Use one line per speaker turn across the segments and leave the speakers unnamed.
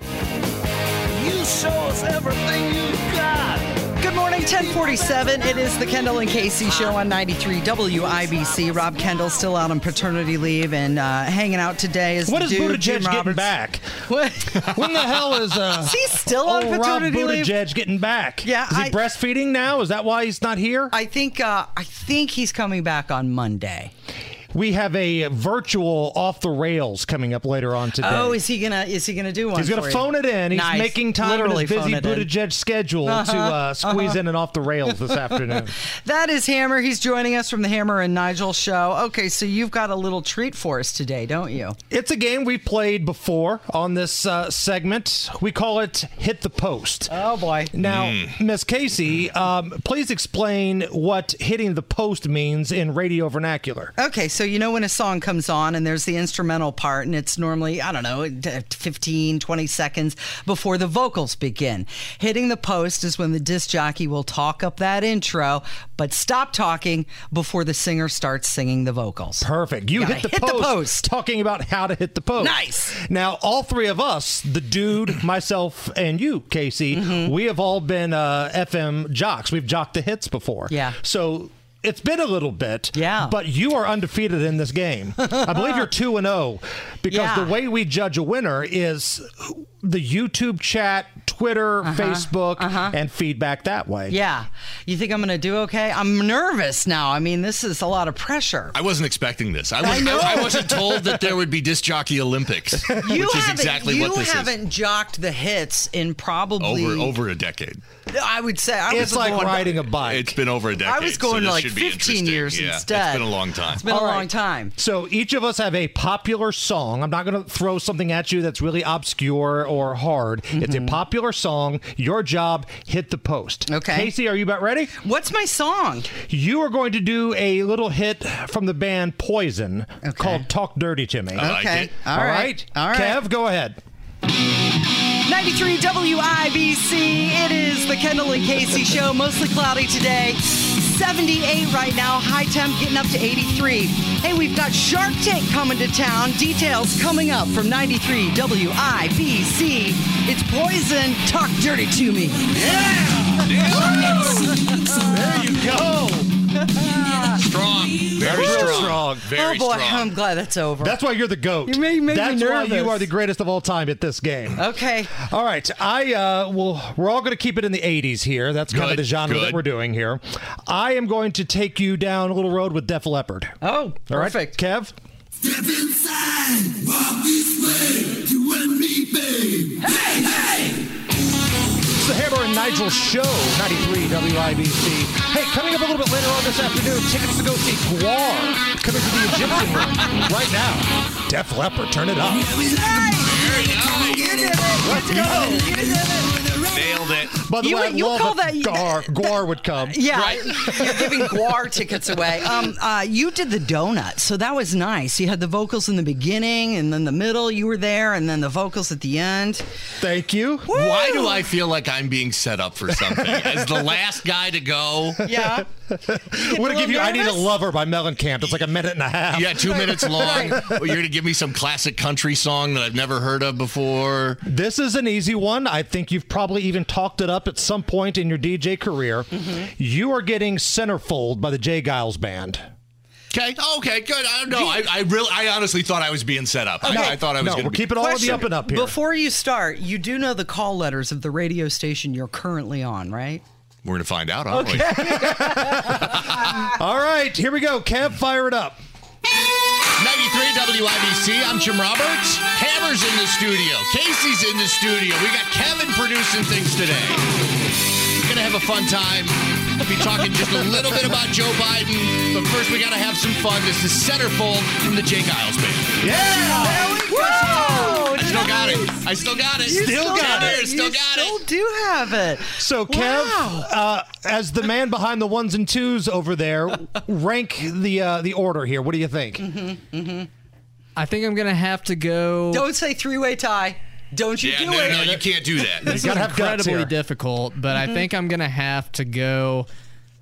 You show us everything you got.
Good morning, 1047. It is the Kendall and Casey show on 93 WIBC. Rob Kendall still out on paternity leave and uh, hanging out today. Is
What
the
is
dude,
Buttigieg
Jim
getting
Roberts.
back?
What?
When the hell is uh?
Is he still on
old
paternity
Rob
leave?
Buttigieg getting back?
Yeah,
Is he
I-
breastfeeding now? Is that why he's not here?
I think uh, I think he's coming back on Monday.
we have a virtual off the rails coming up later on today.
Oh, is he gonna is he gonna do one?
He's gonna
for you?
phone it in. He's
Nice.
making time
Literally
in his busy
phone it in. Uh-huh.
Buttigieg schedule to uh, squeeze in and off the rails this afternoon.
That is Hammer. He's joining us from the Hammer and Nigel show. Okay, so you've got a little treat for us today, don't you?
It's a game we've played before on this uh, segment. We call it Hit the Post.
Oh boy.
Now, Miss Casey, um, please explain what hitting the post means in radio vernacular.
Okay, so you know when a song comes on and there's the instrumental part, and it's normally, I don't know, d- 15, 20 seconds before the vocals begin. Hitting the post is when the disc jockey will talk up that intro, but stop talking before the singer starts singing the vocals.
Perfect. You
Gotta
hit, the,
hit the
post,
post.
Talking about how to hit the post.
Nice.
Now, all three of us, the dude, myself, and you, Casey,
Mm-hmm.
we have all been uh, FM jocks. We've jocked the hits before.
Yeah.
So it's been a little bit.
Yeah.
But you are undefeated in this game. I believe you're 2 and 0 because
Yeah.
the way we judge a winner is the YouTube chat, Twitter, Facebook, and feedback that way.
Uh-huh. Yeah. You think I'm going to do okay? I'm nervous now. I mean, this is a lot of pressure.
I wasn't expecting this. I, was, I,
know.
I wasn't told that there would be disc jockey Olympics, which is
haven't-
exactly
you
what this
haven't
is.
jocked the hits in probably
Over over a decade.
I would say I
It's
was
like
going-
riding a bike.
It's been over a decade.
I was
so
going to
this
like
should
15
be interesting.
years
Yeah,
instead.
It's been a long time.
It's been
All
a
right.
long time.
So each of us have a popular song. I'm not going to throw something at you that's really obscure or hard. It's
Mm-hmm.
a popular song. Your job, hit the post.
Okay.
Casey, are you about ready?
What's my song?
You are going to do a little hit from the band Poison called Talk Dirty to Me.
I like it.
All right. All right.
Kev, go ahead.
93 WIBC. It is the Kendall and Casey show. Mostly cloudy today. 78 right now. High temp getting up to 83. Hey, we've got Shark Tank coming to town. Details coming up from 93 WIBC. It's Poison. Talk dirty to me.
There you go.
Oh, Strong. Very
Real
strong.
strong.
Very
oh boy,
strong.
I'm glad that's over.
That's why you're the goat.
You made- you made me
that's why you
nervous.
are the greatest of all time at this game.
okay.
All right, I uh, will. We're all going to keep it in the '80s here. That's kind of
Good,
the genre that
good.
we're doing here. I am going to take you down a little road with Def Leppard.
Oh,
all right,
perfect.
Kev.
Step inside, walk this way, you and me, babe. Hey, hey!
It's the Hammer and Nigel Show, 93 WIBC. Hey, coming up a little bit later on this afternoon, tickets to go see Guar coming to the Egyptian Room right now. Def Leppard, turn it up.
We like
Let's go.
Nailed it.
By the
You-
way, I
you
love
call that-
Guar. Guar would come.
Yeah, you're giving Guar tickets away. Um, uh, you did the donut, so that was nice. You had the vocals in the beginning, and then the middle. You were there, and then the vocals at the end.
Thank you.
Why do I feel like I'm being set up for something? As the last guy to go.
Yeah,
Would it give you? I need a
nervous?
lover by Mellencamp. It's like a minute and a half.
Yeah, two minutes long. Well, You're gonna give me some classic country song that I've never heard of before.
This is an easy one. I think you've probably even talked it up at some point in your DJ career.
Mm-hmm.
You are getting Centerfold by the J Giles Band.
Okay. Oh, Okay. Good. I don't know. I, I really, I honestly thought I was being set up. I- I, thought I was.
No,
gonna
we're
be-
keeping all of the up and up here.
Before you start, you do know the call letters of the radio station you're currently on, right?
We're gonna find out, aren't we?
all right, here we go. Kev, fire it up.
93 WIBC. I'm Jim Roberts. Hammer's in the studio. Casey's in the studio. We got Kevin producing things today. We're gonna have a fun time. We'll be talking just a little bit about Joe Biden, but first we gotta have some fun. This is Centerfold from the Jake Isles Band.
Yeah.
Whoa!
I still got it. I still got it.
You
got
have
it. Still
you
got
still
it.
do have it.
So, Kev,
Wow.
uh, as the man behind the ones and twos over there, rank the uh, the order here.
Mm-hmm.
What do you think?
I think I'm gonna have to go.
Don't say three way tie. Don't you
Yeah,
do
no,
it.
no, you can't do that.
You gotta have guts
incredibly
here.
difficult, but I think I'm gonna have to go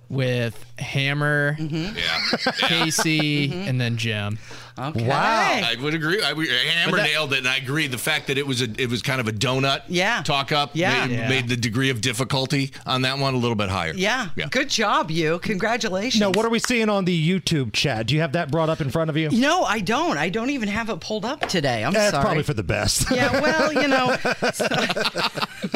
with Hammer,
Mm-hmm. yeah.
Casey, and then Jim.
Okay.
Wow.
I would agree. I, we- Hammer nailed it, and I agree. The fact that it was a, it was kind of a donut.
Yeah.
Talk up.
Yeah.
Made,
Yeah.
made the degree of difficulty on that one a little bit higher.
Yeah.
Yeah.
Good job, you. Congratulations.
Now, what are we seeing on the YouTube chat? Do you have that brought up in front of you?
No, I don't. I don't even have it pulled up today. I'm
That's
sorry.
Eh, probably for the best.
yeah, well, you know,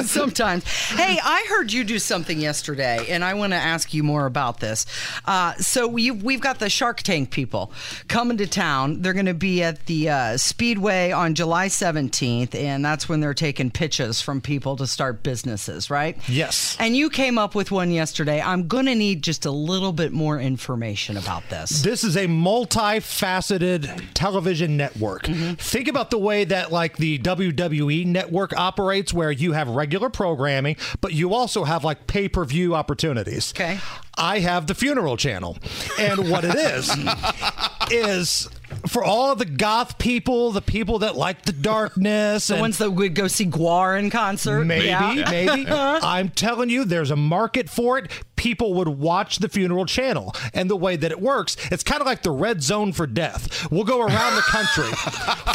sometimes. Hey, I heard you do something yesterday, and I want to ask you more about this. Uh, so we, we've got the Shark Tank people coming to town. They're going to be at the uh, Speedway on July 17th, and that's when they're taking pitches from people to start businesses, right?
Yes.
And you came up with one yesterday. I'm going to need just a little bit more information about this.
This is a multifaceted television network.
Mm-hmm.
Think about the way that like the WWE network operates where you have regular programming, but you also have like pay-per-view opportunities.
Okay.
I have the funeral channel. And what it is is for all the goth people, the people that like the darkness
The
and
ones that would go see Guar in concert.
Maybe,
Yeah. Uh-huh.
maybe. I'm telling you, there's a market for it. People would watch the funeral channel. And the way that it works, it's kind of like the red zone for death. We'll go around the country,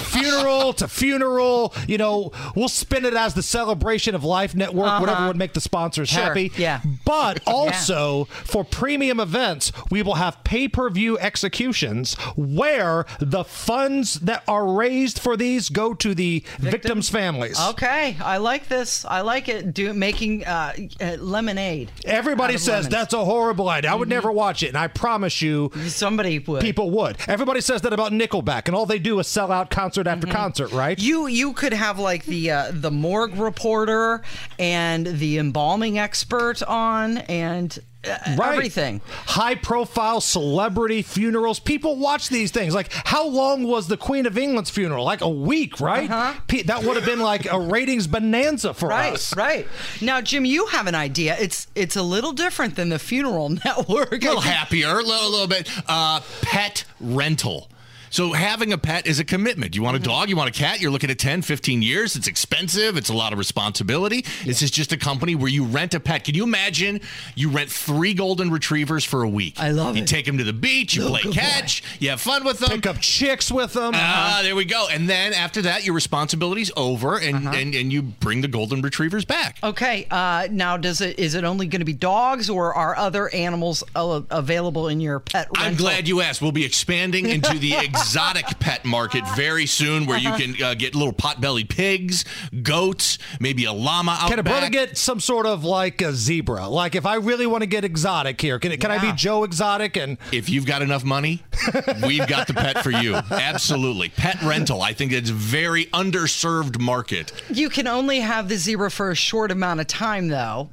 funeral to funeral. You know, we'll spin it as the celebration of life network, whatever would make the sponsors
Uh-huh. Sure,
happy.
yeah.
But also for premium events, we will have pay per view executions where the funds that are raised for these go to the victims' families.
Okay, I like this. I like it. Do making uh, uh, lemonade.
Everybody
Out of
says
lemons.
that's a horrible idea. I would
Mm-hmm.
never watch it, and I promise you,
Somebody would.
people would. Everybody says that about Nickelback, and all they do is sell out concert after
Mm-hmm.
concert, right?
You you could have like the uh, the morgue reporter and the embalming expert on and uh,
right.
everything.
High profile celebrity funerals. People watch these things. Like, how long was the Queen of England's funeral? Like a week, right? Pe- that would have been like a ratings bonanza for
Uh-huh. Right,
us.
right. Now, Jim, you have an idea. It's it's a little different than the funeral network.
a little happier, a little, little bit. Uh, pet rental. So having a pet is a commitment. You want a
Mm-hmm.
dog, you want a cat, you're looking at 10, 15 years. It's expensive, it's a lot of responsibility. This is just a company where you rent a pet. Can you imagine you rent three golden retrievers for a week?
I love
you
it.
You take them to the beach, you play catch, you have fun with them.
Pick up chicks with them.
Ah, there we go. And then after that, your responsibility's over, and,
Uh-huh.
and, and you bring the golden retrievers back.
Oh,
Okay. Uh, now, does it is it only going to be dogs, or are other animals uh, available in your pet? Rental?
I'm glad you asked. We'll be expanding into the exotic pet market very soon, where you
Uh-huh.
can uh, get little pot-bellied pigs, goats, maybe a llama out
Can a brother
back.
get some sort of like a zebra? Like, if I really want to get exotic here, can, it, can I
Yeah.
be Joe Exotic and
if you've got enough money, we've got the pet for you. Absolutely, pet rental. I think it's a very underserved market.
You can only have the zebra for a short amount of time, though.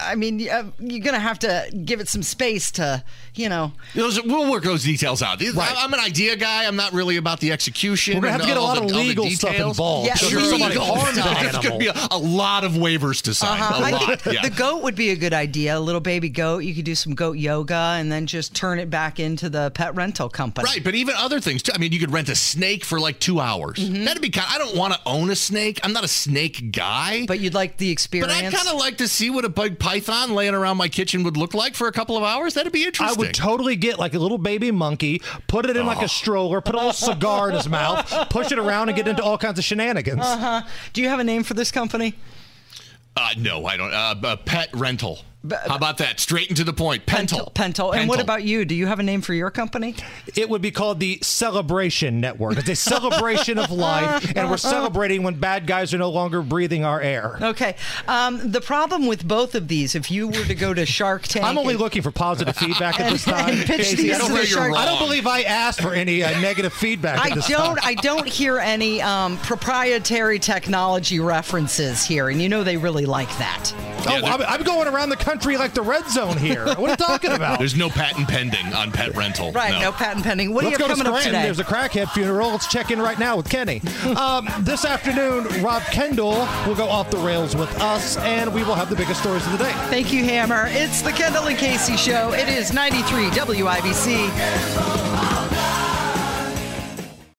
I mean, you- uh, you're going to have to give it some space to, you know.
Those, we'll work those details out.
Right.
I, am an idea guy. I'm not really about the execution.
We're gonna have
and
to get a
all
lot
the-
of
all the
legal stuff
details.
involved.
Yeah,
so
sure.
if somebody
legal
harmed
stuff.
an
There's going to
animal.
be a, a lot of waivers to sign.
Uh-huh.
A
I
lot.
think
yeah.
the goat would be a good idea. A little baby goat. You could do some goat yoga and then just turn it back into the pet rental company.
Right, but even other things too. I mean, you could rent a snake for like two hours.
Mm-hmm.
That'd be kind. I don't want to own a snake. I'm not a snake guy.
But you'd like the
but
experience.
I kind of like to see what a bug python laying around my kitchen would look like for a couple of hours. That'd be
I
interesting. Oh.
would totally get like a little baby monkey, put it in like a stroller, put a little cigar in his mouth, push it around, and get into all kinds of shenanigans.
Uh-huh. do you have a name for this company?
uh, no, I don't. Uh, b- pet rental. How about that? Straight and to the point. Pental.
Pentel. And what
Pental.
about you? Do you have a name for your company?
It would be called the Celebration Network. It's a celebration of life, and we're celebrating when bad guys are no longer breathing our air.
Uh-huh. Okay. Um, the problem with both of these, if you were to go to Shark Tank,
I'm only
and-
looking for positive feedback at this time.
and pitch
Casey.
these
I,
to
don't
the
really-
Shark-
I don't believe I asked for any uh, negative feedback.
I
at this
don't.
Time.
I don't hear any um, proprietary technology references here, and you know they really like that.
Yeah,
Oh,
there-
I'm, I'm going around the country like the red zone here. What are you talking about?
There's no patent pending on pet rental.
Right.
No.
No, patent pending. What
Let's
do
go
you
to
have coming up
Scranton.
today?
There's a crackhead funeral. Let's check in right now with Kenny. Um, this afternoon, Rob Kendall will go off the rails with us, and we will have the biggest stories of the day.
Thank you, Hammer. It's the Kendall and Casey Show. It is 93 WIBC.